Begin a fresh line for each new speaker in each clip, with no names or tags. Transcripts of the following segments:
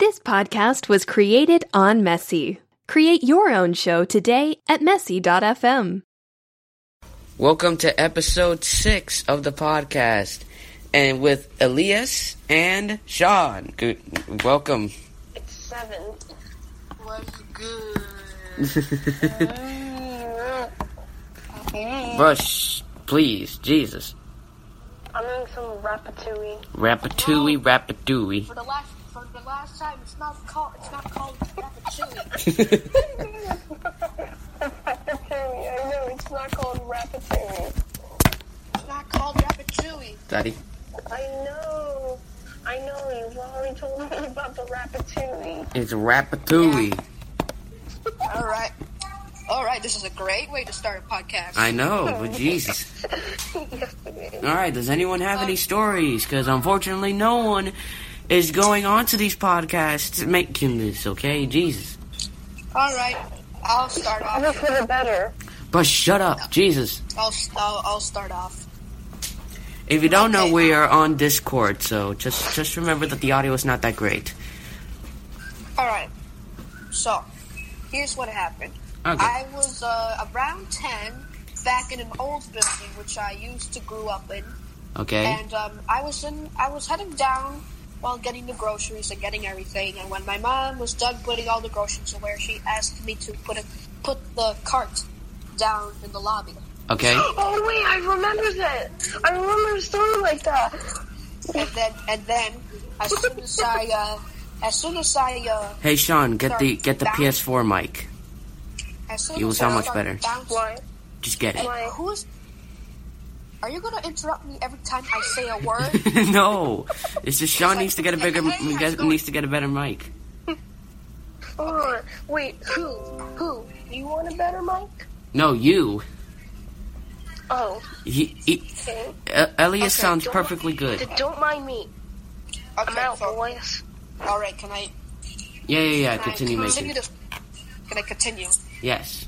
This podcast was created on Messy. Create your own show today at messy.fm.
Welcome to episode six of the podcast, and with Elias and Sean. Good, welcome.
It's seven.
What's good?
I'm
Rush, please, Jesus.
in some ratatouille.
Rapatooie, rapatooie.
For the last for the last time, it's not called it's not called ratatouille.
ratatouille. I know it's not called ratatouille.
It's not called ratatouille.
Daddy.
I know. I know. You've already told me about the ratatouille.
It's rapatooie.
All right, all right. This is a great way to start a podcast.
I know, but Jesus.
yes, it is.
All right, does anyone have any stories? Because unfortunately, no one is going on to these podcasts making this, okay? Jesus.
all right, I'll start
Ever
off.
for the better.
But shut up, Jesus.
I'll st- I'll, I'll start off.
If you don't know,
Okay.
we are on Discord, so just just remember that the audio is not that great.
All right. So, here's what happened.
Okay.
I was uh, around ten, back in an old building which I used to grew up in.
Okay.
And um, I was in, I was heading down while getting the groceries and getting everything. And when my mom was done putting all the groceries away, she asked me to put a, put the cart down in the lobby.
okay.
Oh wait, I remember that. I remember a story like that.
And then, and then, as soon as I, uh, as soon as I, uh,
Hey Sean, get the
Sorry.
get the PS4 mic.
as soon
You will
as
sound
I
much
started
better.
bouncing-
Why?
Just get
Hey,
it.
Why?
who's? Are you gonna interrupt me every time I say a word?
no, it's just Sean
like,
needs to get a bigger
hey, hey,
get-
how's it going?
needs to get a better mic.
Oh, wait, who? Who? You want a better mic?
No, you.
Oh,
He, he,
okay.
uh, Elias
Okay,
sounds
don't-
perfectly good.
Don't mind me. I'm
Okay,
out,
so-
boys.
all right. Can I?
Yeah, yeah, yeah.
Can
Continue
I
making.
to- Can I continue?
Yes.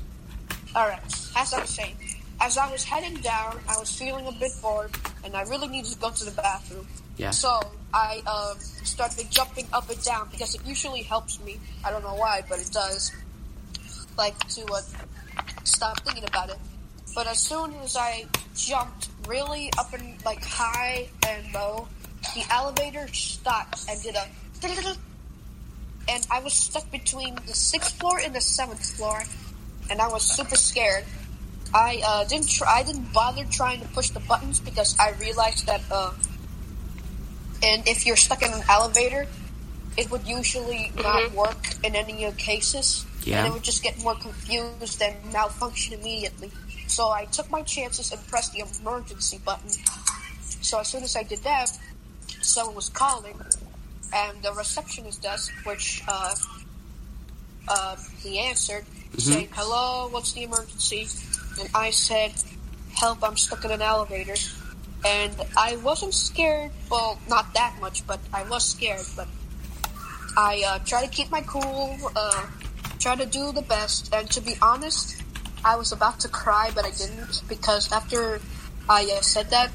Alright, as I was saying, as I was heading down, I was feeling a bit bored, and I really needed to go to the bathroom.
Yeah.
So I um, started jumping up and down because it usually helps me. I don't know why, but it does. Like to uh, stop thinking about it. But as soon as I jumped really up and like high and low, the elevator stopped and did a. And I was stuck between the sixth floor and the seventh floor, and I was super scared. I uh, didn't try, I didn't bother trying to push the buttons because I realized that uh, and if you're stuck in an elevator, it would usually not work in any of cases.
Yeah.
And it would just get more confused and malfunction immediately. So I took my chances and pressed the emergency button. So as soon as I did that, someone was calling, and the receptionist desk, which uh, uh, he answered, saying, "Hello, what's the emergency?" And I said, "Help! I'm stuck in an elevator." And I wasn't scared. Well, not that much, but I was scared. But I uh, tried to keep my cool, uh, tried to do the best, and to be honest, I was about to cry, but I didn't because after I uh, said that,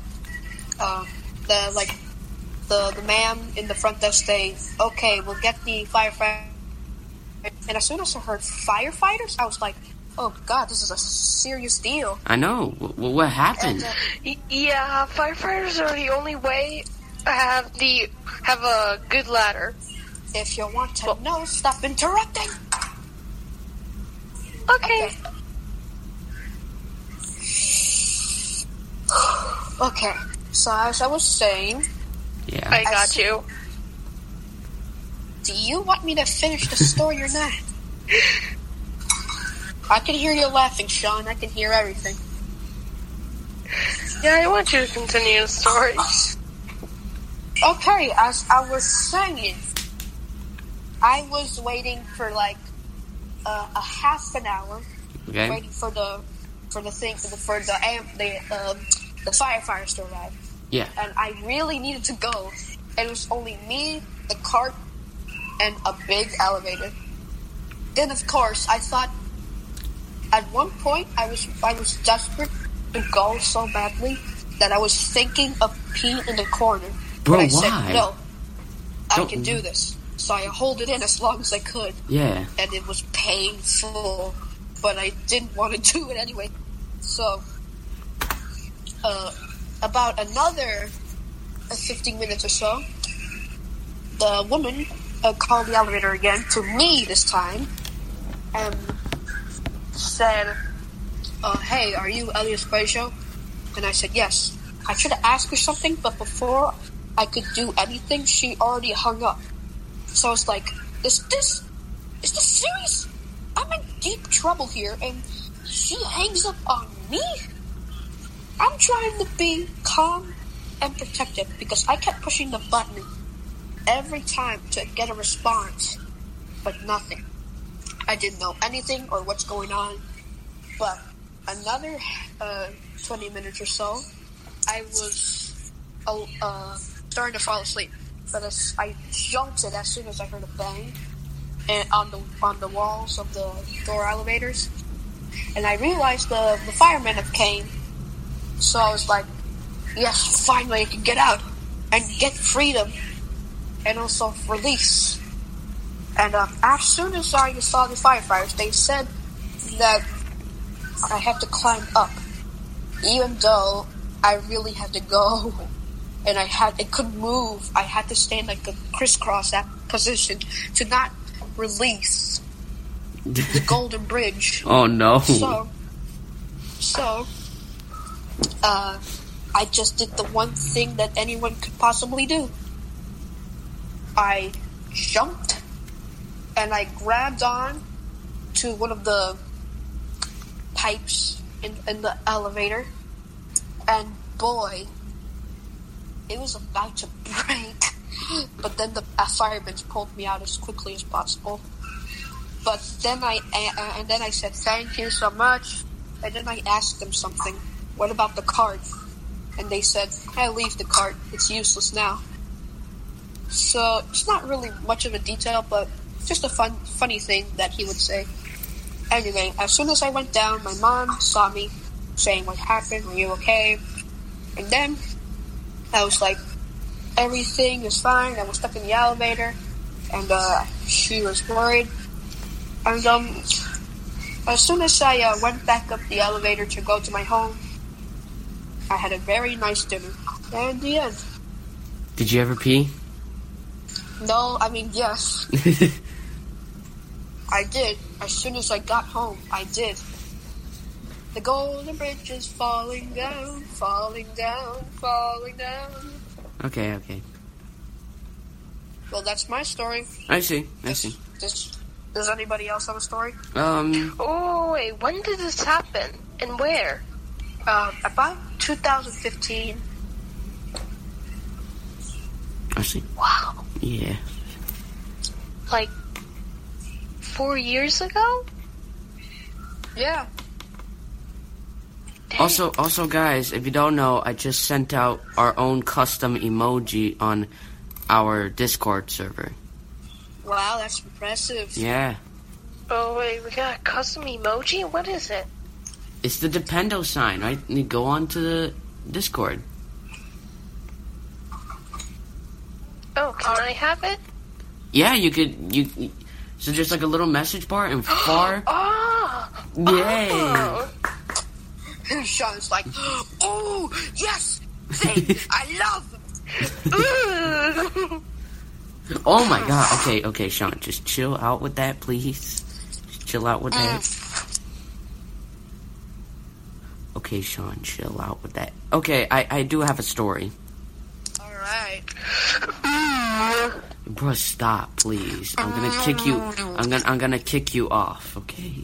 uh, the like the the ma'am in the front desk saying, "Okay, we'll get the firefighter." And as soon as I heard firefighters, I was like, "Oh God, this is a serious deal."
I know. W- what happened?
And, uh,
Y- Yeah, firefighters are the only way I have the have a good ladder.
if you want to know, stop interrupting.
Okay.
Okay. So as I was saying, uh,
Yeah.
I got you.
do you want me to finish the story or not? I can hear you laughing, Sean. I can hear everything.
Yeah, I want you to continue the story.
Okay, as I was saying, I was waiting for like uh, a half an hour,
Okay.
waiting for the for the thing for the for the am- the, um, the firefighters to arrive,
Yeah.
and I really needed to go. It was only me, the cart, and a big elevator. Then, of course, I thought. At one point, I was I was desperate to go so badly that I was thinking of peeing in the corner.
Bro,
but I said
why?
no. I
Don't-
can do this. So I hold it in as long as I could,
Yeah.
and it was painful, but I didn't want to do it anyway. So, uh, about another uh, 15 minutes or so, the woman uh, called the elevator again to me this time and said, uh, Hey, are you Elias Cuejo? And I said, Yes. I should have asked her something, but before I could do anything, she already hung up. So I was like, Is this is this serious? I'm in deep trouble here, and she hangs up on me? I'm trying to be calm and protective because I kept pushing the button every time to get a response, but nothing. I didn't know anything or what's going on, but another uh, 20 minutes or so, I was uh, uh, starting to fall asleep. But as I jolted as soon as I heard a bang, and on the on the walls of the door elevators, and I realized the the firemen have came. So I was like, "Yes, finally I can get out and get freedom, and also release." And um, as soon as I saw the firefighters, they said that I have to climb up, even though I really had to go, and I had I couldn't move. I had to stay in like a crisscross ap- position to not release the golden bridge.
Oh no.
So, so, uh, I just did the one thing that anyone could possibly do. I jumped and I grabbed on to one of the pipes in, in the elevator, and boy, it was about to break. But then the uh, firemen pulled me out as quickly as possible. But then I uh, and then I said thank you so much, and then I asked them something. What about the card? And they said, "I leave the card. It's useless now." So it's not really much of a detail, but just a fun, funny thing that he would say. Anyway, as soon as I went down, my mom saw me, saying, "What happened? Are you okay?" And then I was like, "Everything is fine." I was stuck in the elevator, and uh, she was worried. And um, as soon as I uh, went back up the elevator to go to my home, I had a very nice dinner. And the end.
Did you ever pee?
No, I mean yes, I did. As soon as I got home, I did. The golden bridge is falling down, falling down, falling down.
okay, okay.
Well, that's my story.
I see. I see.
Does, does anybody else have a story?
Um.
Oh, wait, when did this happen? And where?
Um, about 2015.
I see.
Wow.
Yeah.
Like, four years ago?
Yeah.
Dang.
Also, also, guys, if you don't know, I just sent out our own custom emoji on our Discord server.
Wow, that's impressive.
Yeah.
Oh, wait, we got a custom emoji? What is it?
It's the Dependo sign, right? You go on to the Discord.
Oh, can I have it?
Yeah, you could you. So there's like a little message bar and far.
Oh!
Yay!
oh.
Sean's like, oh yes, thing I love.
Ooh.
Oh my god. Okay, okay, Sean, just chill out with that, please. Just chill out with that. Okay, Sean, chill out with that. Okay, I I do have a story.
All right.
Bruh, stop, please. I'm gonna kick you. I'm gonna I'm gonna kick you off. Okay.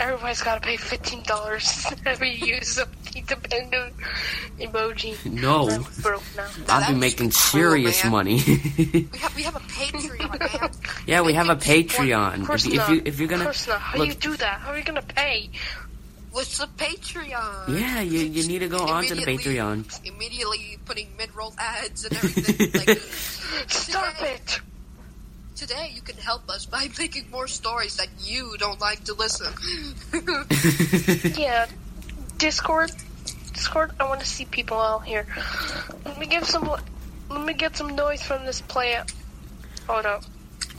Everybody's gotta pay $15 every use of the dependent emoji.
No,
I'm broke now.
I'll be
that's
making
cruel,
serious
man.
money.
We have we have a Patreon, man.
yeah, we have a
Of
Patreon.
course
If, you- if
not.
you if you're
of
gonna
course not. How do
look,
you do that? How are you gonna pay?
What's the Patreon?
yeah, you you need to go on to the
Immediately-
Patreon.
Immediately putting mid-roll ads and everything. like,
Stop
today,
it!
Today you can help us by making more stories that you don't like to listen.
Yeah, Discord, Discord. I want to see people out here. Let me give some. Let me get some noise from this plant. Hold up.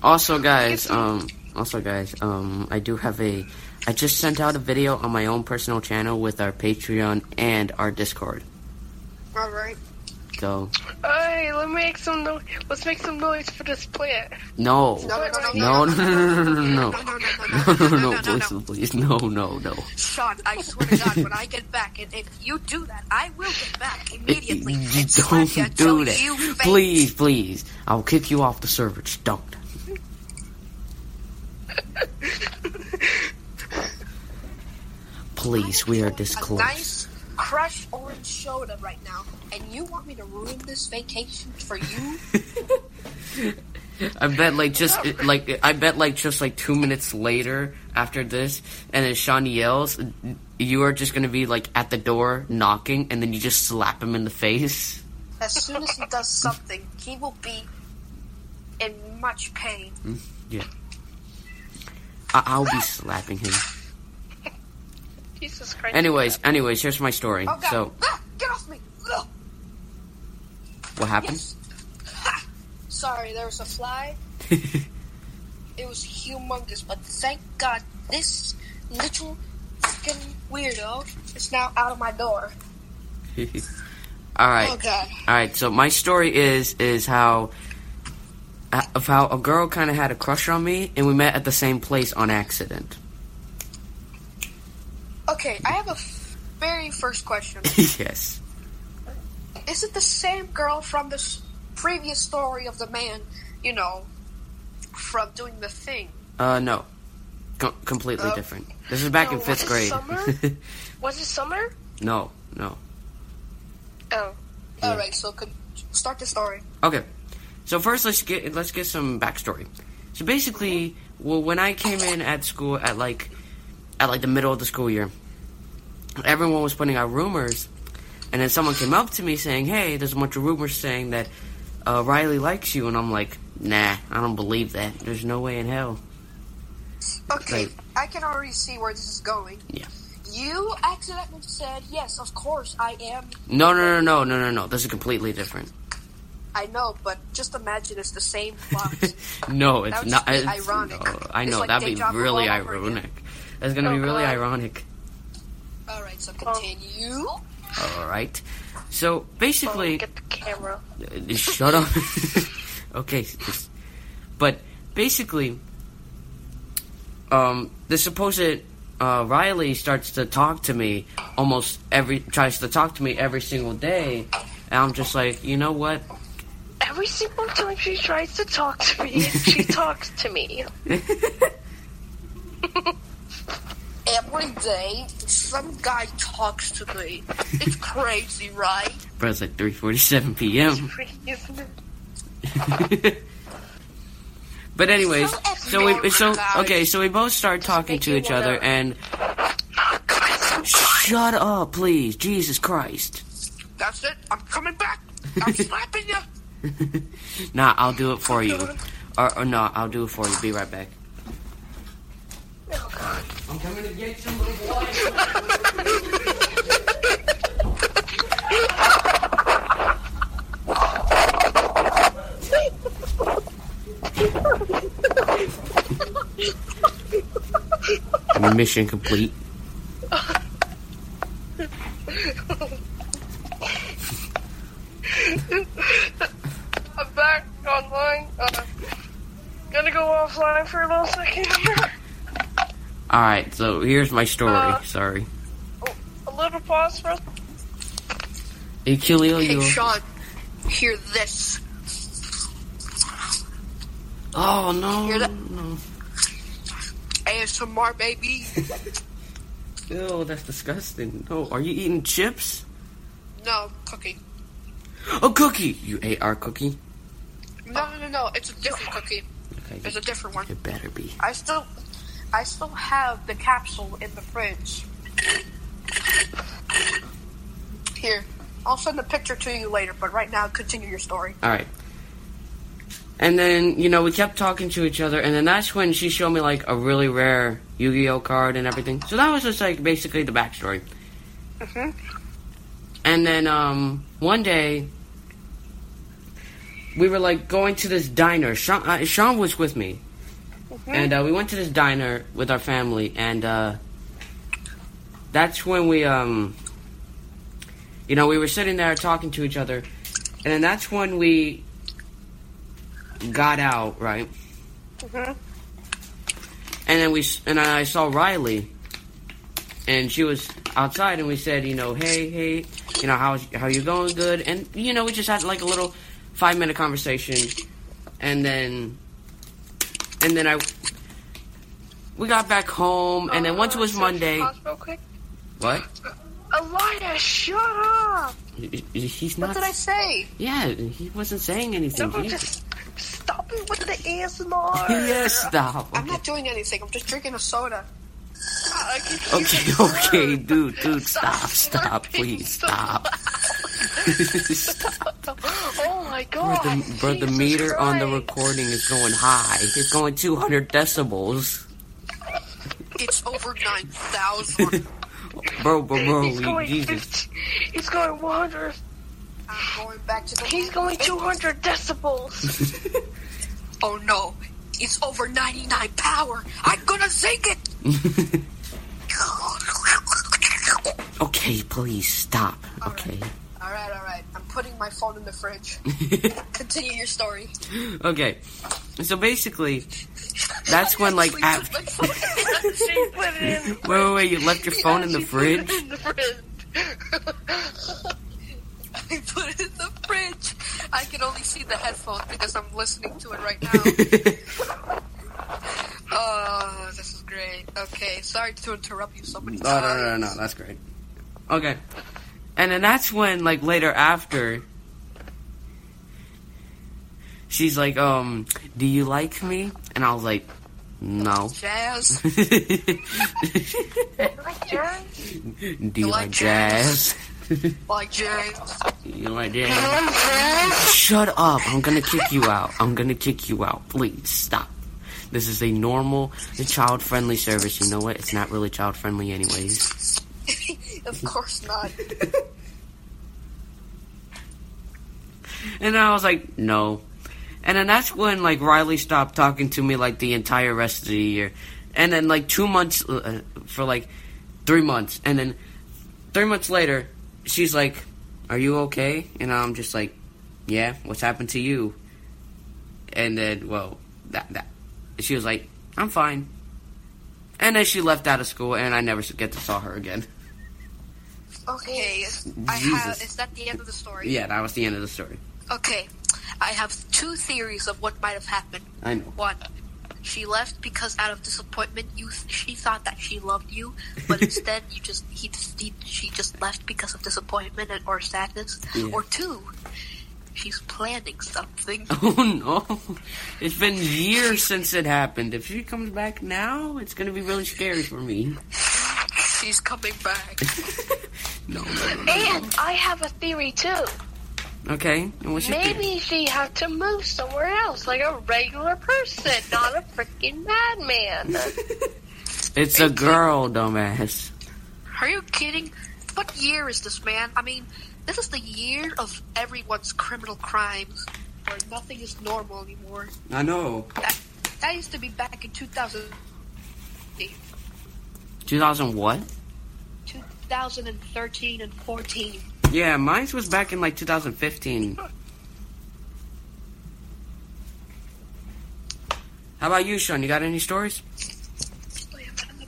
Also, guys, um, also, guys, um, I do have a. I just sent out a video on my own personal channel with our Patreon and our Discord.
All right.
So,
Hey, let me make some noise. Let's make some noise for this plant.
no. No,
No, no, no,
no, no, no,
no,
no, no, no. No, no, no,
no, no, no, no, no.
please, please. No, no, no.
Sean, I swear to God, when I get back, and if you do that, I will get back immediately.
You
and slap you
don't do
until you
that.
faint.
Please, please. I'll kick you off the server. Just don't. Please, we are this
A
close.
nice crushed orange soda right now, and you want me to ruin this vacation for you?
I bet like just like I bet like just like two minutes later after this, and then Sean yells, you are just gonna be like at the door knocking, and then you just slap him in the face.
as soon as he does something, he will be in much pain.
Yeah, I- I'll be slapping him.
Jesus Christ.
Anyways, anyways, here's my story.
Oh God!
So
Ah, get off me! Ah,
what happened?
yes. Ha! Sorry, there was a fly. It was humongous, but thank God this little fucking weirdo is now out of my door.
All right.
Oh God!
All right, so my story is is how uh, of how a girl kind of had a crush on me, and we met at the same place on accident.
Okay, I have a f- very first question.
yes,
Is it the same girl from the s- previous story of the man, you know, from doing the thing?
uh, no, Com- completely
Uh,
different. This is back
no,
in fifth
was
grade.
it summer? Was it summer?
no, no.
Oh.
All right, so con- start the story.
Okay, so first let's get let's get some backstory. So basically, well, when I came in at school at like at like the middle of the school year, everyone was putting out rumors, and then someone came up to me saying, "Hey, there's a bunch of rumors saying that uh, Riley likes you," and I'm like, "Nah, I don't believe that. There's no way in hell."
Okay,
Right.
I can already see where this is going.
Yeah.
You accidentally said, yes, of course I am.
No, no, no, no, no, no, no. This is completely different.
I know, but just imagine it's the same plot.
no,
That
it's
would
not.
just be
it's-
ironic.
no, I
It's
know
like
that'd be
deja vu
really
all over again.
ironic. That's gonna be
Oh,
really
God.
ironic.
All right, so continue.
All right. So
Well,
basically,
Oh, get the camera.
Uh, Shut up. okay. s- But basically, um, the supposed uh, Riley starts to talk to me almost every tries to talk to me every single day, and I'm just like, you know what?
Every single time she tries to talk to me, she talks to me.
Every day, some guy talks to me. It's crazy, right?
But it's like 3:47 p.m. but anyways, so we so okay, so we both start talking to each other, and shut up, please, Jesus Christ.
That's it. I'm coming back. I'm slapping you.
Nah, I'll do it for you. Or, or no, I'll do it for you. Be right back.
Oh god.
I'm coming to get you, little boy. Mission complete.
I'm back online. Uh, gonna go offline for a little second here.
All right, so here's my story.
Uh,
Sorry,
A little pause for us.
hey, Khalil,
Hey,
Oh, you.
Sean, hear this.
Oh no,
Hear that?
no.
ASMR, baby.
Ew, that's disgusting. No, are you eating chips?
No, cookie.
A cookie. You ate our cookie.
No, no, no. It's a different cookie.
Okay.
It's a different one.
It better be.
I still, I still have the capsule in the fridge. Here, I'll send the picture to you later. But right now, continue your story.
All right. And then you know we kept talking to each other, and then that's when she showed me like a really rare Yu-Gi-Oh card and everything. So that was just like basically the backstory. And then um, one day, we were like going to this diner. Sean, uh, Sean was with me, and uh, we went to this diner with our family, and uh, that's when we, um, you know, we were sitting there talking to each other, and then that's when we got out, right?
Mhm.
And then we s- and I saw Riley, and she was outside, and we said, you know, hey, hey, you know, how's how you going? Good, and you know, we just had like a little five minute conversation, and then and then I we got back home, and then once it was
Uh,
Monday,
pause real quick.
what?
Elias, shut up!
He- he- He's
What
not.
did I say?
Yeah, he wasn't saying anything.
No,
He-
just stop it with the ASMR.
Yes, stop.
I'm
Okay,
not doing anything. I'm just drinking a soda.
I can hear
okay,
it.
okay, dude, dude, stop, stop,
slurping
please,
so
stop.
Oh my
Bro,
god.
the, bro, the
Jesus
meter on the
Christ.
recording is going high. It's going 200 decibels.
It's over 9,000.
Bro, bro, bro,
He's going
Jesus.
50, he's going 100.
I'm going back to the.
He's going 200 decibels.
Oh no. It's over 99 power. I'm gonna sink it!
Okay, please stop. Okay.
Alright, alright. I'm putting my phone in the fridge. Continue your story.
Okay. So basically, that's when, like,
Actually,
af-
put my phone in the
she put it in the
Wait, wait, wait, you left your phone in the
she put it
fridge?
in the fridge.
I put it in the fridge. I can only see the headphones because I'm listening to it right now. oh, this is great. Okay, sorry to interrupt you so many
Oh, No,
times.
no, no, no, that's great. Okay. And then that's when, like, later after, she's like, um, do you like me? And I was like, no.
Jazz.
do you like
like
jazz?
jazz? Like jazz.
You like jazz? Shut up. I'm gonna kick you out. I'm gonna kick you out. Please stop. This is a normal, child friendly service. You know what? It's not really child friendly, anyways.
of course not.
And I was like, no. And then that's when like Riley stopped talking to me like the entire rest of the year. And then like two months uh, for like three months, and then three months later, she's like, "Are you okay?" And I'm just like, "Yeah, what's happened to you?" And then well, that that she was like, "I'm fine." And then she left out of school, and I never get to saw her again.
Okay, I have.
Jesus.
Is that the end of the story?
Yeah, that was the end of the story.
Okay, I have two theories of what might have happened.
I know.
One, she left because out of disappointment, you th- she thought that she loved you, but instead you just he, he she just left because of disappointment and or sadness.
Yeah.
Or two, she's planning something.
Oh no! It's been years since it happened. If she comes back now, it's gonna be really scary for me.
she's coming back.
No, no, no.
and I have a theory too.
Okay, and what's your theory?
Maybe she had to move somewhere else, like a regular person, not a freaking madman.
It's a girl, dumbass.
Are you kidding? What year is this, man? I mean, this is the year of everyone's criminal crimes, where nothing is normal anymore.
I know.
That, that used to be back in 2000,
2000 what?
2013 and 14.
Yeah, mine was back in like 2015. How about you, Sean? You got any stories?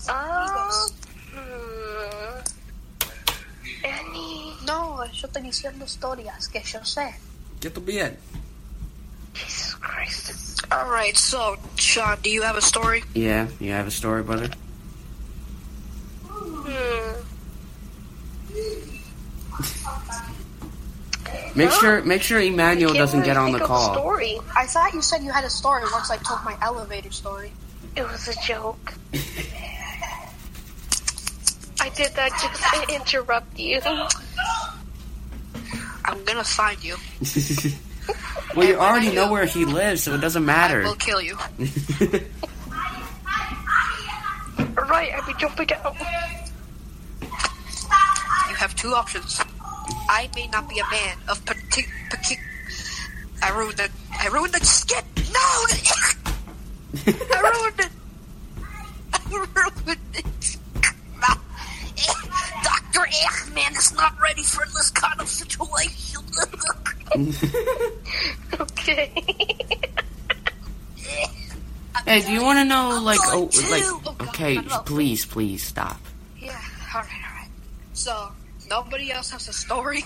Oh,
Um, hmm. Any.
No, yo estoy diciendo historias que yo sé.
Get to be it.
Jesus Christ.
All right, so Sean, do you have a story?
Yeah, you have a story, brother.
Hmm.
Make sure, make sure Emmanuel
Can't
doesn't
really
get on the
think of a
call.
Story.
I thought you said you had a story once I told my elevator story.
It was a joke. I did that just to interrupt you.
I'm gonna find you.
well, you already know where he lives, so it doesn't matter.
I will kill you.
Right, I'd be jumping out.
You have two options. I may not be a man of partic- partic- I I ruined it. I ruined the skit. No, I ruined it. I ruined it. No. Doctor Eggman is not ready for this kind of situation.
Okay.
Hey, do you want to know, like, oh,
going to. Oh,
like,
God,
okay,
I love-
please, please stop.
yeah. All right. All right. So nobody else has a story.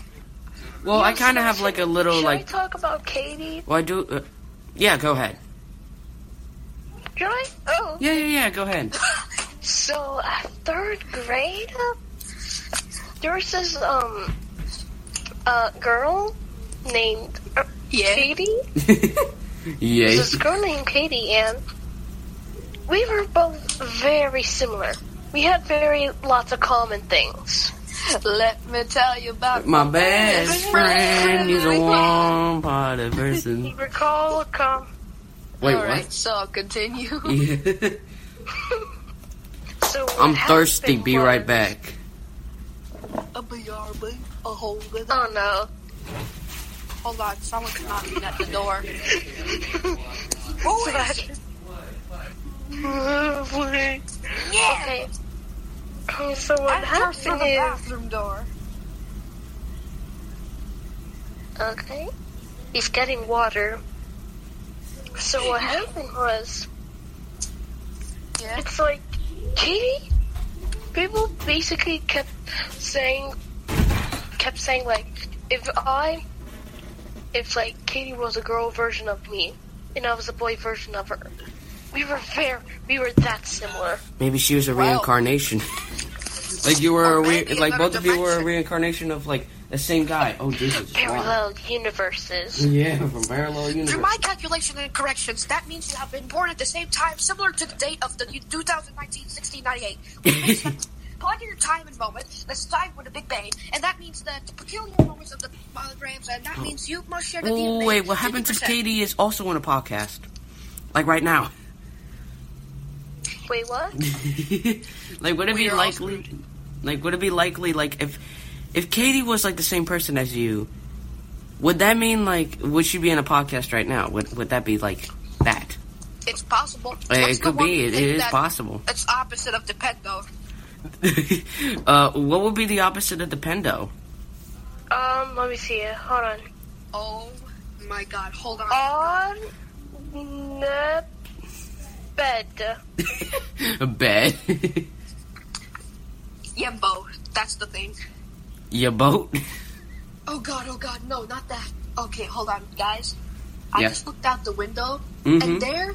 Well, I kind of have like a little,
Should I
like,
talk about Katie?
well, I do. Uh, yeah, go ahead.
Should I? Oh.
Yeah, yeah, yeah, go ahead.
So, uh, third grade, uh, there was this um, uh, girl named uh,
Yeah.
Katie.
Yay.
This girl named Katie, and we were both very similar. We had very lots of common things.
Let me tell you about
My best friend is a warm hearted person.
Recall a com.
Wait,
All right,
what?
so I'll continue.
Yeah.
So what
I'm
happened
thirsty. Be right
was-
back.
A BRB, a whole good.
Oh no.
Hold on, someone's knocking at the door. Who is it?
okay. Um, so what
I'm cursed from
happened
the
is
bathroom door.
okay. He's getting water. So what happened was
Yeah.
it's like Katie. People basically kept saying, kept saying like, if I, if like Katie was a girl version of me, and I was a boy version of her, we were fair. We were that similar.
Maybe she was a
Wow.
reincarnation. like you were, a
Or
re-
maybe
like
another
both of you were a
dimension.
reincarnation of like the same guy. Oh Jesus! wow.
Parallel universes.
Yeah, from parallel universe.
Through my calculation and corrections, that means you have been born at the same time, similar to the date of the 2019 1698. Which makes sense. Ponder your time and moment. Let's time with a big bang, and that means that the peculiar moments of the holograms, and that means you must share the
Oh
DNA.
wait, what happened to
50%.
Katie is also on a podcast, like right now.
Wait, what?
like would it
We
be
are all
likely? Like would it be likely? Like if if Katie was like the same person as you, would that mean like would she be in a podcast right now? Would would that be like that?
It's possible.
It,
What's
it
the
could
one
be. It,
thing
it is
that-
possible.
It's opposite of E dependo.
uh, what would be the opposite of dependo?
Um, let me see it. Hold on.
Oh my god, hold on.
On the bed.
A bed,
Yembo, that's the thing.
your boat.
Oh god, oh god, no, not that. Okay, hold on, guys. I
Yeah.
just looked out the window,
Mhm.
and there,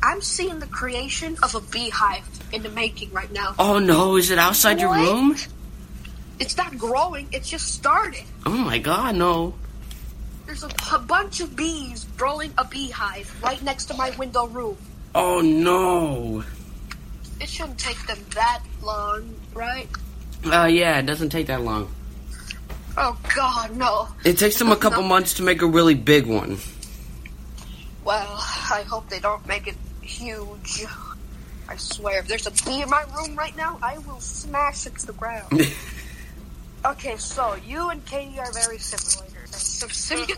I'm seeing the creation of a beehive in the making right now.
Oh no! Is it outside your
What?
room?
It's not growing, it's just started.
Oh my god! No.
There's a, a bunch of bees growing a beehive right next to my window room.
Oh no.
It shouldn't take them that long, right?
Uh, yeah, it doesn't take that long.
Oh god, no.
It takes them a couple months to make a really big one.
Well, I hope they don't make it huge. I swear, if there's a bee in my room right now, I will smash it to the ground. okay, so you and Katie are very similar. So simi-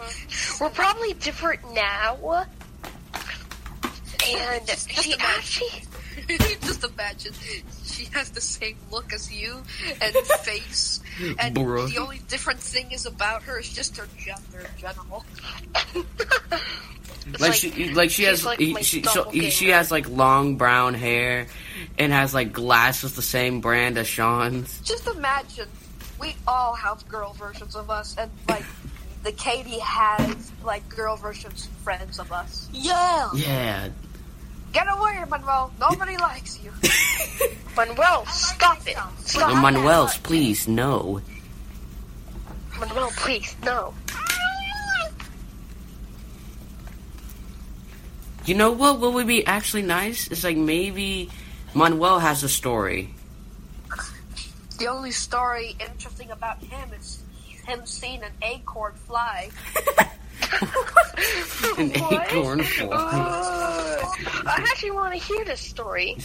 We're probably different now. And she actually,
Just imagine, she has the same look as you and face, and
Bruh.
the only different thing is about her is just her gender in general.
Like,
like-
she, like she
she's
has,
like
he-
my
she, so, he-
doppelganger.
she has like long brown hair, and has like glasses the same brand as Sean's.
Just imagine, we all have girl versions of us, and like the Katie has like girl versions friends of us. Yeah.
Yeah.
Get away, Monroe. Nobody likes you.
Manuel, stop it.
Stop that.
Manuel's, please no.
Manuel, please, no.
You know what? What would be actually nice is like maybe Manuel has a story.
The only story interesting about him is him seeing an acorn fly.
An
What?
acorn fly.
Uh, I actually want to hear this story.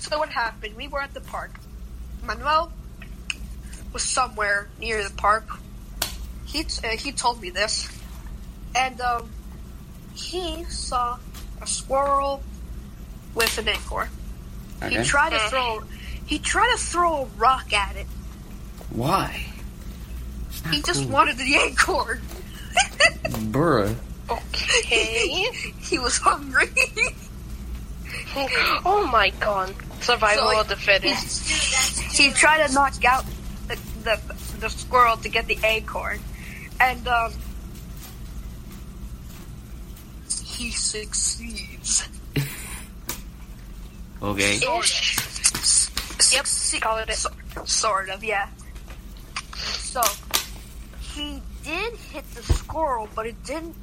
So what happened? We were at the park. Manuel was somewhere near the park. He uh, he told me this, and um, he saw a squirrel with an anchor.
Okay.
He tried to throw. He tried to throw a rock at it.
Why? It's not
He just
Ah, cool.
wanted the anchor.
Bruh.
Okay.
He was hungry.
oh my god. Survival
So,
of the fittest.
he tried to knock out the, the, the squirrel to get the acorn, and um, he succeeds.
Okay.
Ish. Yep,
Succeed-
call it it.
so- Sort of, yeah. So he did hit the squirrel, but it didn't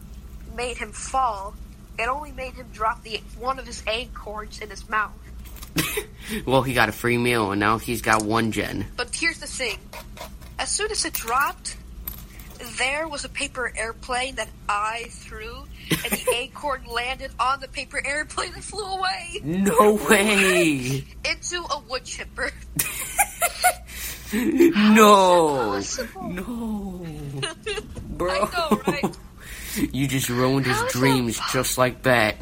made him fall. It only made him drop the one of his acorns in his mouth.
Well, he got a free meal, and now he's got one gen.
But here's the thing. As soon as it dropped, there was a paper airplane that I threw, and the acorn landed on the paper airplane and flew away
No way!
into a wood chipper.
No! No! Bro.
know, right?
You just ruined his dreams just like that.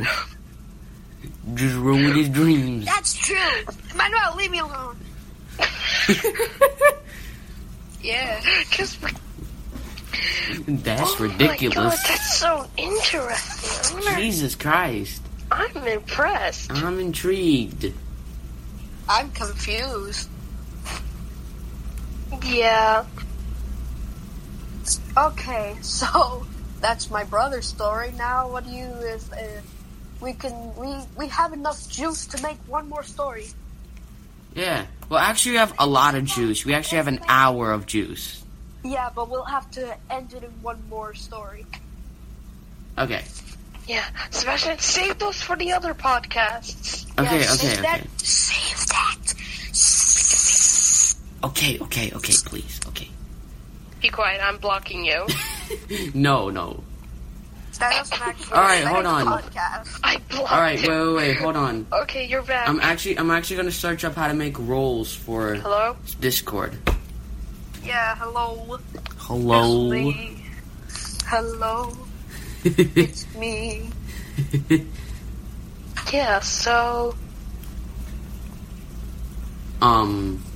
Just ruined his dreams.
That's true. Manuel, leave me alone. yeah.
Just
That's
Oh my god,
ridiculous.
that's so interesting. I'm, not-
Jesus Christ.
I'm impressed.
I'm intrigued.
I'm confused.
Yeah.
Okay, so that's my brother's story. Now, what do you if, if we can we we have enough juice to make one more story?
Yeah. Well, actually, we have a lot of juice. We actually have an hour of juice.
Yeah, but we'll have to end it in one more story.
Okay.
Yeah. Sebastian, save those for the other podcasts.
Okay, okay,
Yeah, save
okay.
that. Save that.
Okay, okay, okay, please. Okay.
Be quiet, I'm blocking you.
No, no.
That doesn't actually.
All right,
that
hold
is a
on.
Podcast.
I blocked
All right, wait,
you.
wait, wait, hold on.
Okay, you're back.
I'm actually, I'm actually gonna search up how to make roles for
Hello?
Discord.
Yeah. Hello.
Hello.
It's me. Hello. It's me.
Yeah, so
um.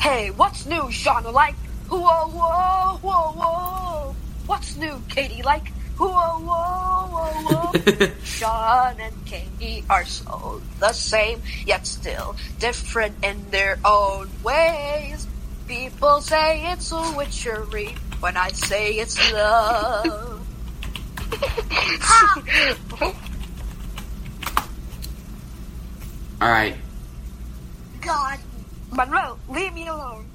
Hey, what's new, Shauna? Like, whoa, whoa, whoa, whoa. What's new, Katie? Like, whoa, whoa, whoa, whoa. Sean and Katie are so the same, yet still different in their own ways. People say it's a witchery when I say it's love.
All right.
God, Monroe, leave me alone.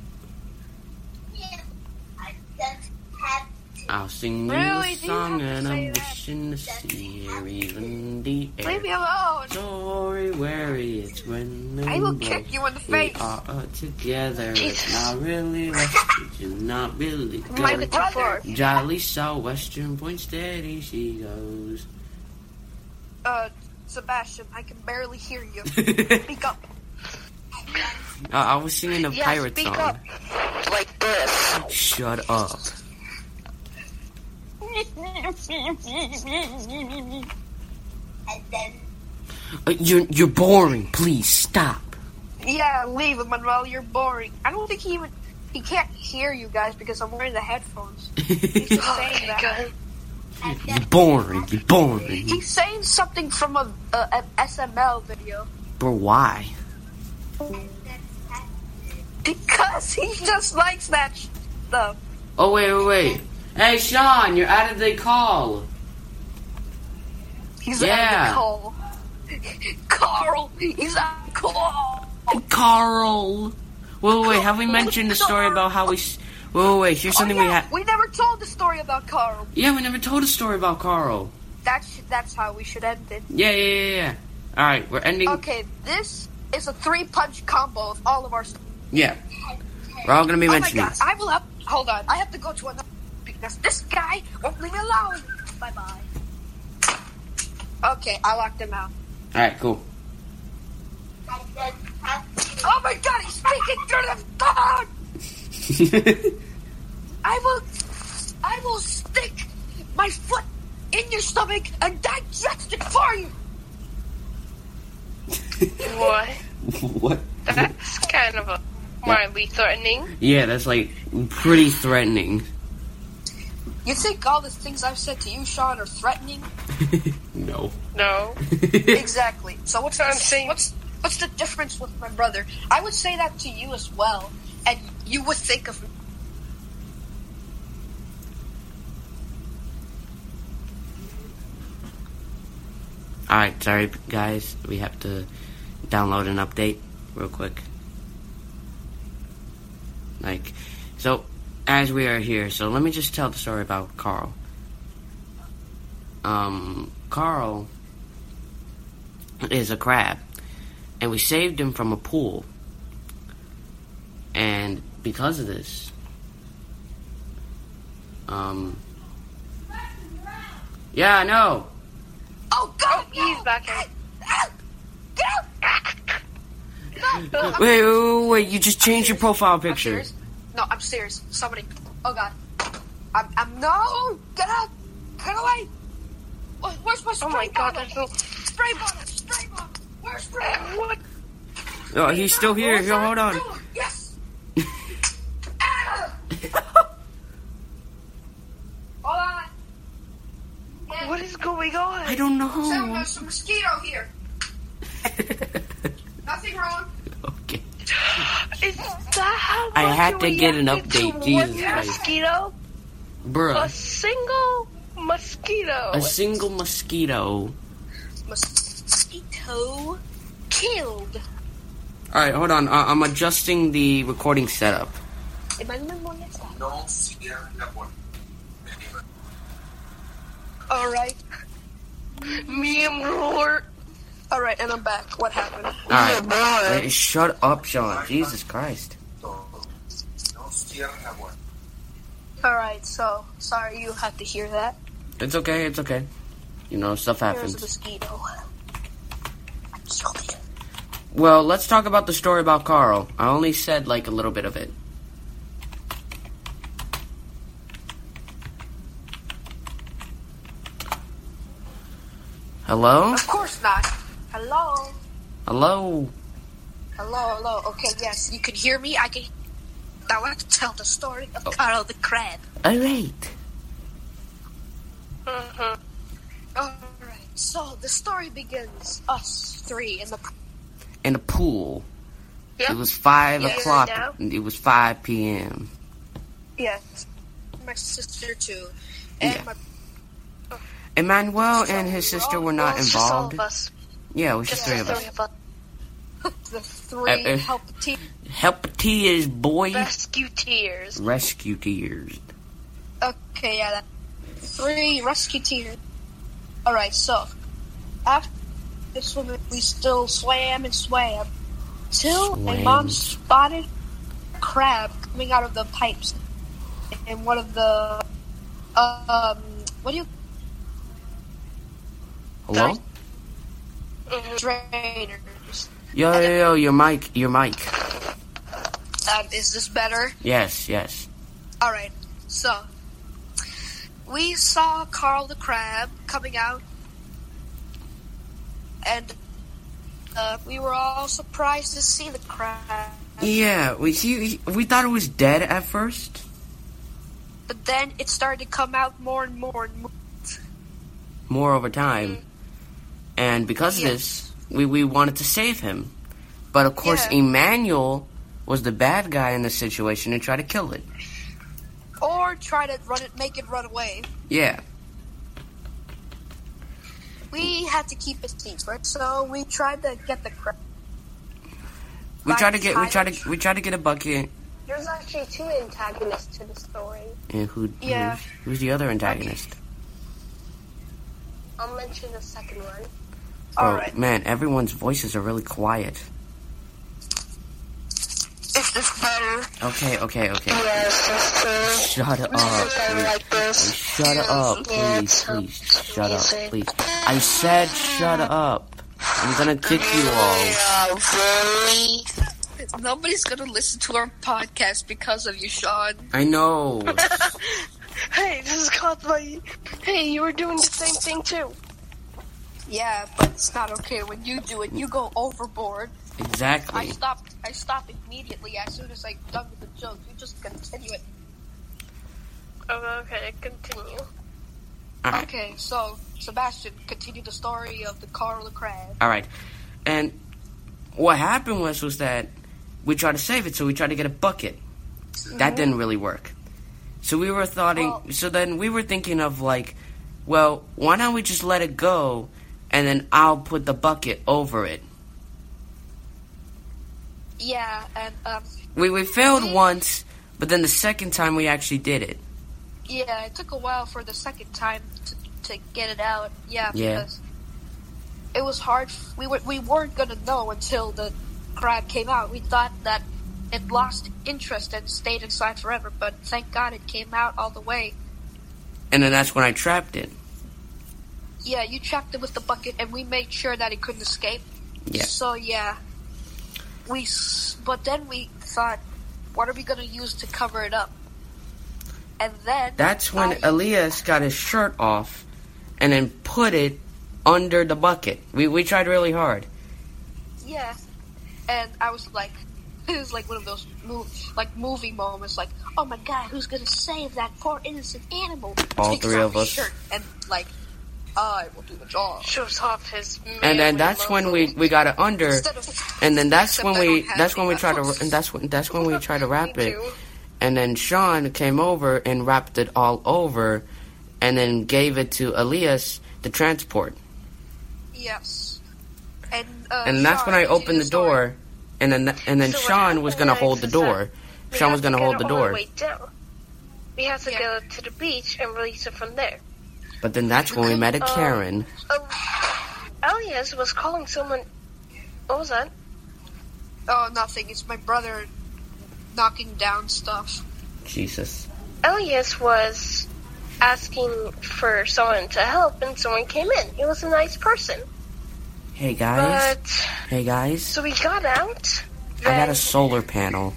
I'll sing you
Really?
a
Do you
song
have to
and
say
I'm
that?
wishing to see her even the air.
Leave me alone.
Don't worry, worry, it's when the
I will
wind
kick
blows.
you in the
We
face.
are uh, together. It's
Jesus.
not really left. It's not really
My
good.
brother.
Jolly southwestern point steady she goes.
Uh, Sebastian, I can barely hear you.
I,
Speak up.
I was singing the
yeah,
pirate
speak
song.
up. Like this.
Shut up. Uh, you're you're boring. Please stop.
Yeah, leave him, Manuel. You're boring. I don't think he even he can't hear you guys because I'm wearing the headphones. He's
you're
just saying
Okay,
that.
good.
boring. You're boring.
He's saying something from a, a an SML video
Bro, why?
because he just likes that sh- stuff.
Oh wait, wait, wait. Hey, Sean, you're out of the call.
He's
Yeah.
out of call. Carl, he's Oh, out of call.
Carl. Wait, wait, wait. Have we mentioned the story about how we? s- Wait, wait, wait. Here's something
oh,
we
yeah,
had.
we never told the story about Carl.
Yeah, we never told a story about Carl.
That's that's how we should end it.
Yeah, yeah, yeah, yeah. All right, we're ending.
Okay, this is a three punch combo of all of our. St-
Yeah, we're all gonna be
oh my
mentioning.
god! I will have. Hold on, I have to go to another because this guy won't leave me alone. Bye bye. Okay, I locked him out.
All right, cool.
Oh my god, he's speaking through the phone! I will, I will stick my foot in your stomach and digested it for you.
What?
what?
That's kind of a mildly threatening.
Yeah, that's like pretty threatening.
You think all the things I've said to you, Sean, are threatening?
No.
No.
exactly. So what's
So I'm saying-
what's what's the difference with my brother? I would say that to you as well, and you would think of
All right, sorry guys, we have to download an update real quick. Like, so as we are here, so let me just tell the story about Carl. Um, Carl is a crab, and we saved him from a pool. And because of this, um, yeah, I know.
Oh God!
Oh, he's
no!
back in.
Hey, ow! Get out! No, no, I'm
Wait, wait, wait, wait, you just changed your profile
I'm
picture.
serious. No, I'm serious. Somebody. Oh God. I'm. I'm. No! Get out! Get away! Where- Where's my spray
Oh my god,
bottle?
there's no.
Spray bottle! Spray bottle! Where's spray? bottle?
What?
Oh, he's still here. Yo, hold on.
Yes. Ah! hold on. Yeah,
What is going
I
on?
don't
Sam,
know.
there's some mosquito here. Nothing wrong.
okay.
Is that how
I
much
had
you
to get an
reacted to
update,
one
Jesus Christ.
mosquito? A
Bruh,
single mosquito.
a single mosquito.
Mosquito killed.
Alright, hold on. I- I'm adjusting the recording setup.
Am I number one next time?
No, Sierra Network. Anyway.
All right.
Me and Roar.
All right, and I'm back. What happened?
Alright. Hey, Shut up, Sean. Jesus Christ.
So, no, Sierra Network.
All right. So sorry you had to hear that.
It's okay, it's okay. You know, stuff
There's a
happens.
mosquito. I killed it.
Well, let's talk about the story about Carl. I only said, like, a little bit of it. Hello?
Of course not. Hello.
Hello?
Hello, hello. Okay, yes, you can hear me. I can. Now I can tell the story
Oh.
of Carl the Crab.
Alright.
Uh-huh.
All right. So the story begins. Us three in the
in a pool.
Yeah.
It was five
Yeah,
o'clock.
now?
It was five p.m.
yes. My sister too, and
Yeah.
my
Emmanuel Oh, and his sister were not
Well, it's just all
involved.
of us.
Yeah, it was just
Just
three of
the
us.
three of us.
the three
Uh, uh.
help team.
Help tears, boy.
Rescue tears.
Rescue tears.
Okay, yeah, that. three rescue team. All right, so after this swimming, we still swam and swam till my
Swam.
mom spotted a crab coming out of the pipes in one of the um what do you
Hello?
Sorry. drainers?
Yo, yo, yo, your mic, your mic.
Um, is this better?
Yes, yes.
All right, so we saw Carl the crab coming out, and uh, we were all surprised to see the crab.
Yeah, we see. We thought it was dead at first.
But then it started to come out more and more and more.
More over time, and because of this, we we wanted to save him, but of course,
Yeah.
Emmanuel was the bad guy in the situation and tried to kill it.
Or try to run it, make it run away.
Yeah.
We had to keep it secret, so we tried to get the crab.
We
Like
try to get we try
silence.
to we try to get a bucket.
There's actually two antagonists to the story.
And who?
Yeah.
Who's, who's the other antagonist?
I'll mention the second one.
All
oh
right.
man, everyone's voices are really quiet.
Is this better?
Okay, okay, okay.
Yes, that's
Shut up, please.
uh, like this.
Shut up, please, please. Shut up, please. I said shut up. I'm gonna kick you all.
Nobody's gonna listen to our podcast because of you, Sean.
I know.
Hey, this is caught by. Hey, you were doing the same thing too.
Yeah, but it's not okay when you do it. You go overboard. I
Exactly.
stopped. I stopped immediately as soon as I done with the joke. You just continue it.
Oh, okay, continue.
All right.
Okay, so Sebastian, continue the story of the Carla crab.
All right. And what happened was was that we tried to save it, so we tried to get a bucket. That didn't really work. So we were thoughting.
Well-
so then we were thinking of like, well, why don't we just let it go, and then I'll put the bucket over it.
Yeah, and um,
We we failed once, but then the second time we actually did it.
yeah, it took a while for the second time to, to get it out. Yeah,
Yeah.
because it was hard. We were, we weren't gonna know until the crab came out. We thought that it lost interest and stayed inside forever, but thank God it came out all the way.
And then that's when I trapped it.
Yeah, you trapped it with the bucket, and we made sure that it couldn't escape.
Yeah.
So yeah, we. s- But then we thought, what are we gonna use to cover it up? And then
That's when
I-
Elias got his shirt off, and then put it under the bucket. We we tried really hard.
yeah, and I was like, it was like one of those mov like movie moments, like, oh my god, who's gonna save that poor innocent animal?
All
Takes
three
off
of
his
us.
Shirt and like, I will do the job.
Shows off his.
and then
manly
that's when we,
muscles.
we got it under,
Instead of-
and then that's
Except
when
I
we
don't have
that's when we
any
tried to
muscles.
and that's when that's when we tried to wrap
Me
it,
too.
and then Sean came over and wrapped it all over, and then gave it to Elias to transport,
Yes. And uh,
and that's
Sean,
when I
continue
opened the
story.
door, and then and then
So what
Sean was
happened
gonna
was
hold the
is that
door,
We
Sean
have
was gonna
to get
hold
it
the
all
door,
way down. We have to
Yeah.
get it to the beach and release it from there.
but then that's when we met a
Oh.
Karen.
Um, Elias was calling someone. What was that?
Oh, nothing. It's my brother knocking down stuff.
Jesus,
Elias was asking for someone to help, and someone came in. He was a nice person,
hey guys,
but
hey guys,
so we got out.
I got
then
a solar panel.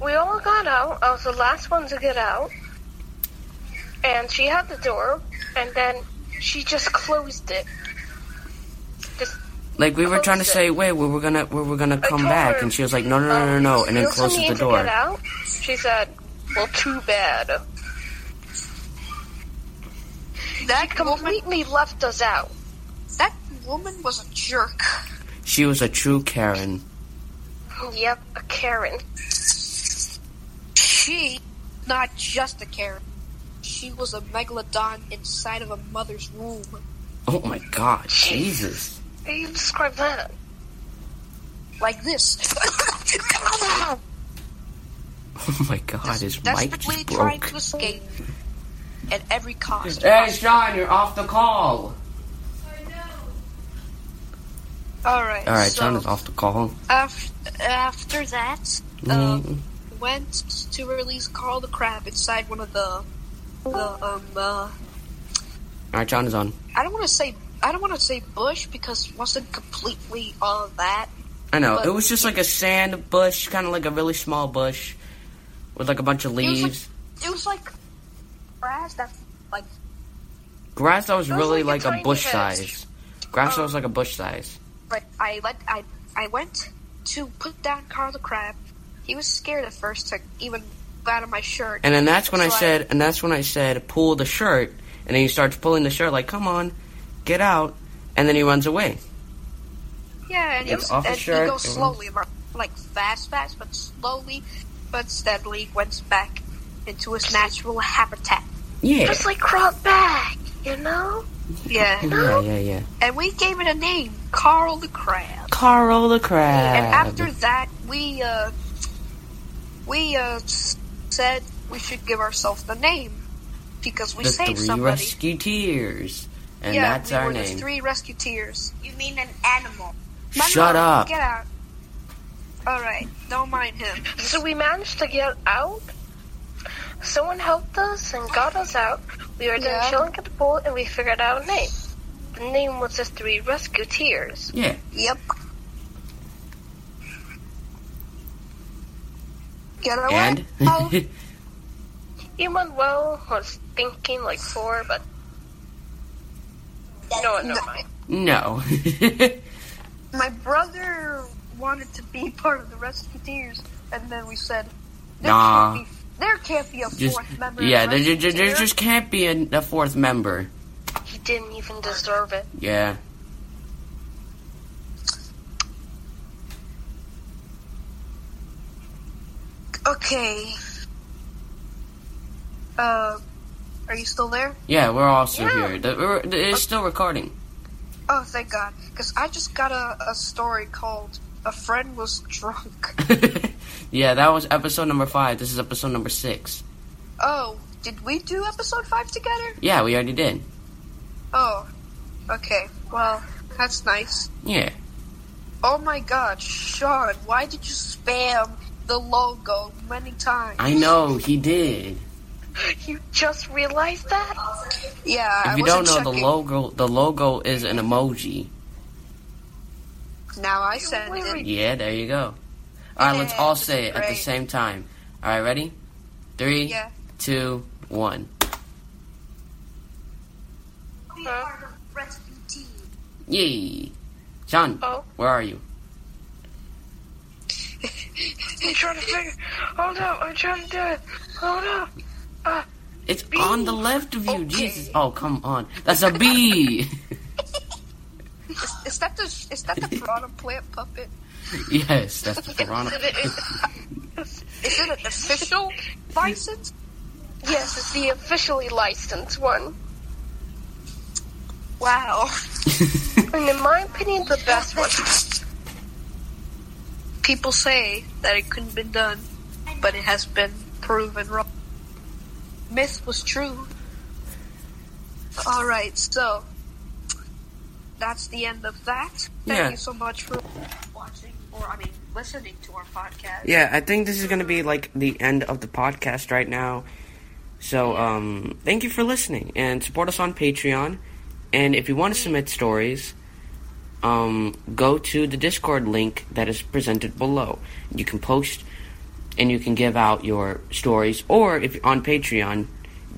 we all got out. I was the last one to get out, and she had the door, and then she just closed it.
Like we were
Close
trying to
it.
say, wait, we were gonna we were gonna
I
come
told
back,
her, um,
and she was like, no, no, no, no, no, and then
"You also
closes
need
the
to
door.
Get out. She said, "Well, too bad."
That woman,
Completely left us out.
that woman was a jerk.
She was a true Karen.
Yep, a Karen.
She, not just a Karen. She was a megalodon inside of a mother's womb.
Oh my God, Jesus!
How do you describe that?
Like this.
Oh my God, his mic
Desperately
just
trying
broke.
to escape at every cost.
Hey, Sean, you're off the call.
Alright,
All right,
so
Sean is off the call.
After, after that, um, went to release Carl the Crab inside one of the the um uh,
All right, Sean is on.
I don't want to say I don't want to say bush because it wasn't completely all that.
I know
But-
it was just like a sand bush, kind of like a really small bush with like a bunch of
It was
leaves,
like it was like grass that like
grass that was
was
really like
like a
a
tiny
bush
hedge.
size. Grass that was like a bush size.
but I let I I went to put down Carl the Crab. He was scared at first to even go out of my shirt.
And then that's when I
So I-
said, and that's when I said, pull the shirt. And then he starts pulling the shirt, like, come on, get out. And then he runs away.
yeah, and,
It's
was,
off
and
his
he
shirt,
goes
it was-
slowly, like- like fast, fast, but slowly, but steadily went back into his natural habitat.
Yeah.
Just like crawled back, you know?
Yeah.
Yeah, yeah, yeah.
and we gave it a name, Carl the Crab.
Carl the Crab.
And after that, we uh, we uh, s- said we should give ourselves the name because we
the
saved
three
somebody.
Rescuteers. And
yeah,
that's
we
our
were
name.
the three rescuteers.
You mean an animal?
Shut
Manuel,
up.
Get out! All right, don't mind him.
So we managed to get out. Someone helped us and got us out. We were then
Yeah.
chilling at the pool and we figured out a name. The name was the Three Rescuteers.
Yeah.
Yep. Get away!
And
Oh,
Emmanuel was thinking like four, but no, never mind.
No.
My brother wanted to be part of the Rescuteers, and then we said, there
Nah.
can't be, there can't be a fourth
just
member.
yeah,
of
there,
the
there, there- there
Rescuteers."
just can't be a, a fourth member.
He didn't even deserve it.
Yeah.
Okay. Uh, are you still there?
Yeah, we're all still
Yeah.
here. The, we're, the- it's still recording.
Oh, thank God, because I just got a, a story called "A Friend Was Drunk."
yeah, that was episode number five. This is episode number six.
Oh, did we do episode five together?
Yeah, we already did.
Oh, okay. Well, that's nice.
Yeah.
Oh my God, Sean, why did you spam the logo many times?
I know, he did.
You just realized that?
Yeah, I
If you don't
wasn't
know, the
checking.
logo the logo is an emoji.
Now I send
Wait,
it.
wait.
Yeah, there you go. All right, let's
Yeah,
all
this
say
is
it at the
great.
same time. All right, ready? Three,
Yeah.
two, one.
We are the rescue team.
Yay! John,
Oh.
where are you?
I'm trying to figure. Hold up, I'm trying to do it. Hold up.
It's on the left of you,
Okay.
Jesus! Oh, come on, that's a bee.
Is, is that the is that the piranha plant puppet?
yes, that's the piranha.
Is it an official license?
Yes, it's the officially licensed one.
Wow.
And in my opinion, the best one.
People say that it couldn't been done, but it has been proven wrong. Myth was true. All right, so that's the end of that. Thank
Yeah.
you so much for watching, or I mean, listening to our podcast.
yeah, I think this is gonna be like the end of the podcast right now. So, um, thank you for listening and support us on Patreon. And if you want to submit stories, um, go to the Discord link that is presented below. You can post and you can give out your stories, or if on Patreon,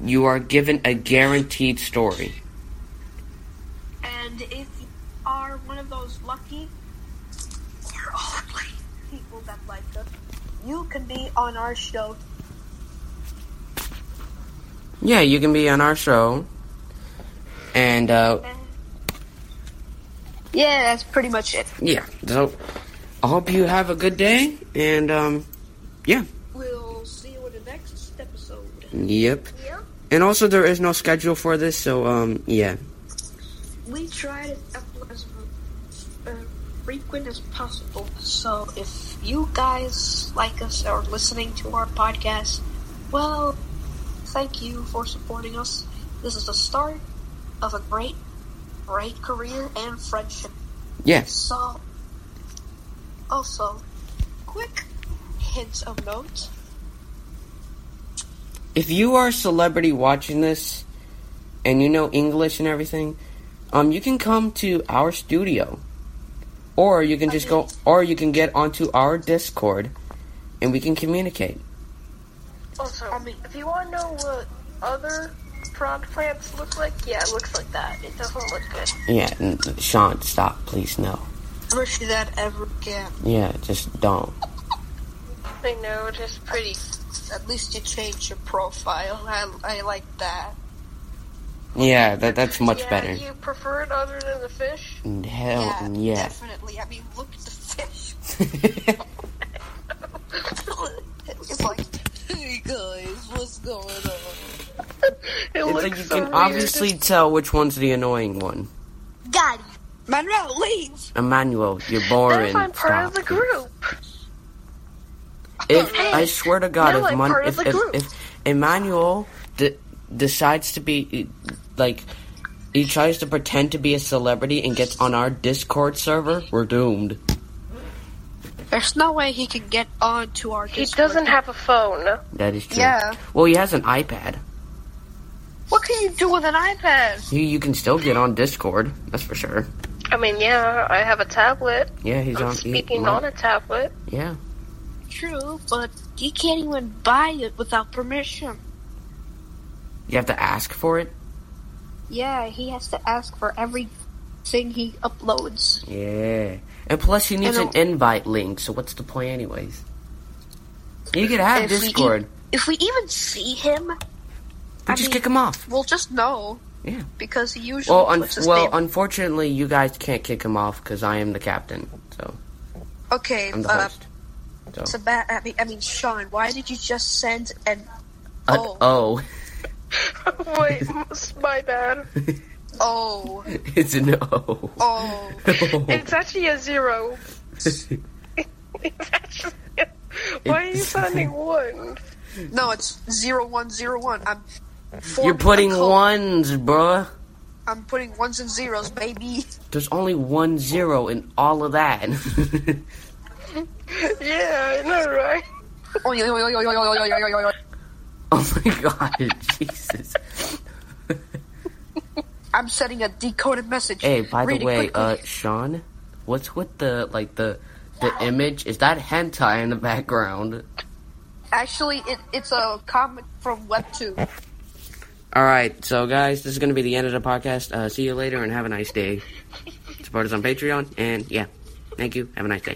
you are given a guaranteed story.
And if you are one of those lucky or only people that like us, you can be on our show.
Yeah, you can be on our show. And uh,
Yeah, that's pretty much it.
yeah, so I hope you have a good day. And um, yeah,
We'll see you in the next episode.
yep. And also, there is no schedule for this, so um, yeah.
We try to upload as uh, frequent as possible. So if you guys like us or listening to our podcast, well, thank you for supporting us. This is the start of a great, great career and friendship.
Yes.
So, also, quick hints of note.
if you are a celebrity watching this and you know English and everything, um, you can come to our studio, or you can just go, or you can get onto our Discord, and we can communicate.
Also, if you want to know what other prawn plants look like, yeah, it looks like that. It doesn't look good.
Yeah, n- Sean, stop, please, no.
I wish that ever again.
Yeah, just don't.
I know, it is pretty.
At least you changed your profile. I, I like that.
Yeah, that that's much
yeah,
better.
You prefer it other than the fish?
Hell yeah.
definitely. I mean, look at the fish.
yeah.
it's like, hey guys, what's going on?
It
it's
looks
like you
so
can
weird.
obviously tell which one's the annoying one.
Got it.
Manuel, leave!
Emmanuel, you're
Now
boring.
if I'm part of the
Stop.
group.
If I swear to God,
No,
if,
I'm
Mon-
part of
if,
the
if,
group.
if Emmanuel de- decides to be like, he tries to pretend to be a celebrity and gets on our Discord server, we're doomed.
There's no way he can get on to our
He doesn't have a phone.
That is true.
Yeah.
Well, he has an iPad.
What can you do with an iPad?
You you can still get on Discord. That's for sure.
I mean, yeah, I have a tablet.
Yeah, he's
I'm
on. he-
speaking
well,
on a tablet.
Yeah.
True, but he can't even buy it without permission.
You have to ask for it.
Yeah, he has to ask for everything he uploads.
Yeah. And plus, he needs an
And
invite link. So what's the point, anyways? You could have
If we e-
Discord.
If we even see him,
We
I
just
mean-
kick him off.
we'll just know.
Yeah.
Because he usually
Well, un-
puts his
well,
name.
unfortunately, you guys can't kick him off because I am the captain. So
okay,
I'm the
uh,
host. So
Sabat, I mean, I mean, Sean, why did you just send an
an
oh.
O.
Wait, it's my bad.
oh
it's an O.
oh?
It's actually a zero. It's actually. Why are you
It's-
sending one?
No, it's zero one zero one. I'm. Four,
You're putting
I'm col-
ones, bruh.
I'm putting ones and zeros, baby.
There's only one zero in all of that.
Yeah, I know, right?
Oh, yo, yo, yo, yo, yo, yo, yo, yo, yo, yo, yo.
oh my god, Jesus.
I'm sending a decoded message.
Hey, by
Read
the
it
way,
quickly.
uh, Sean, what's with the like the the image? Is that hentai in the background?
actually, it, it's a comic from Webtoon.
All right, so guys, this is gonna be the end of the podcast. Uh, see you later and have a nice day. Support us on Patreon, and yeah, thank you. Have a nice day.